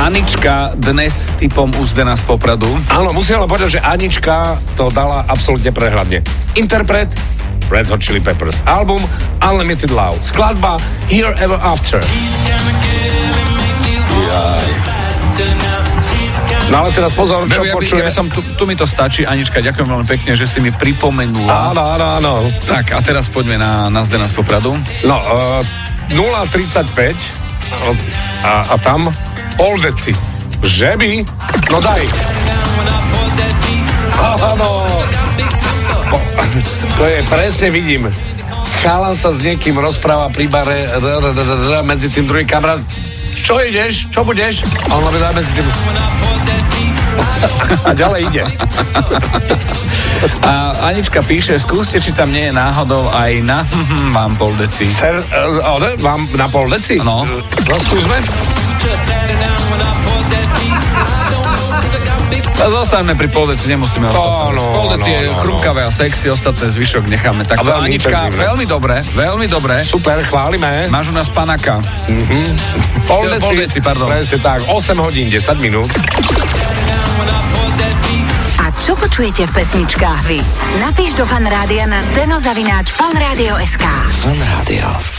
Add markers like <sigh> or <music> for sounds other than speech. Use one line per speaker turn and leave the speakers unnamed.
Anička dnes s typom Uzdena z Popradu.
Áno, musím len povedať, že Anička to dala absolútne prehľadne. Interpret, Red Hot Chili Peppers. Album Unlimited Love. Skladba Here Ever After. No ale teraz pozor,
Čo
čo
ja, by,
počuje.
ja by som, tu, tu mi to stačí, Anička, ďakujem veľmi pekne, že si mi pripomenula.
Áno, áno, áno.
Tak, a teraz poďme na, na Zdena z Popradu.
No, uh, 0,35 no, a, a tam all veci. Že by? No daj. Áno. Po- <laughs> To je, presne vidím. Chalan sa s niekým rozpráva pri bare r, r, r, r, r, medzi tým druhým kamarát. Čo ideš? Čo budeš? A on hovorí medzi <laughs> tým. A ďalej ide.
A Anička píše, skúste, či tam nie je náhodou aj na <laughs> vám pol deci.
Ser, eh, ale mám na pol deci?
No.
No skúsme.
A Zostaňme pri pol deci, nemusíme ostať.
no,
pol deci
no,
je
no, no.
chrumkavé a sexy, ostatné zvyšok necháme takto.
A veľmi
Anička,
intenzívne.
veľmi dobre, veľmi dobre.
Super, chválime.
Máš u nás panaka.
Pol
Ja,
deci,
pol deci, pardon.
Presne tak, 8 hodín, 10 minút.
A čo počujete v pesničkách vy? Napíš do fanrádia na steno zavináč fanradio.sk.
Fan Rádio.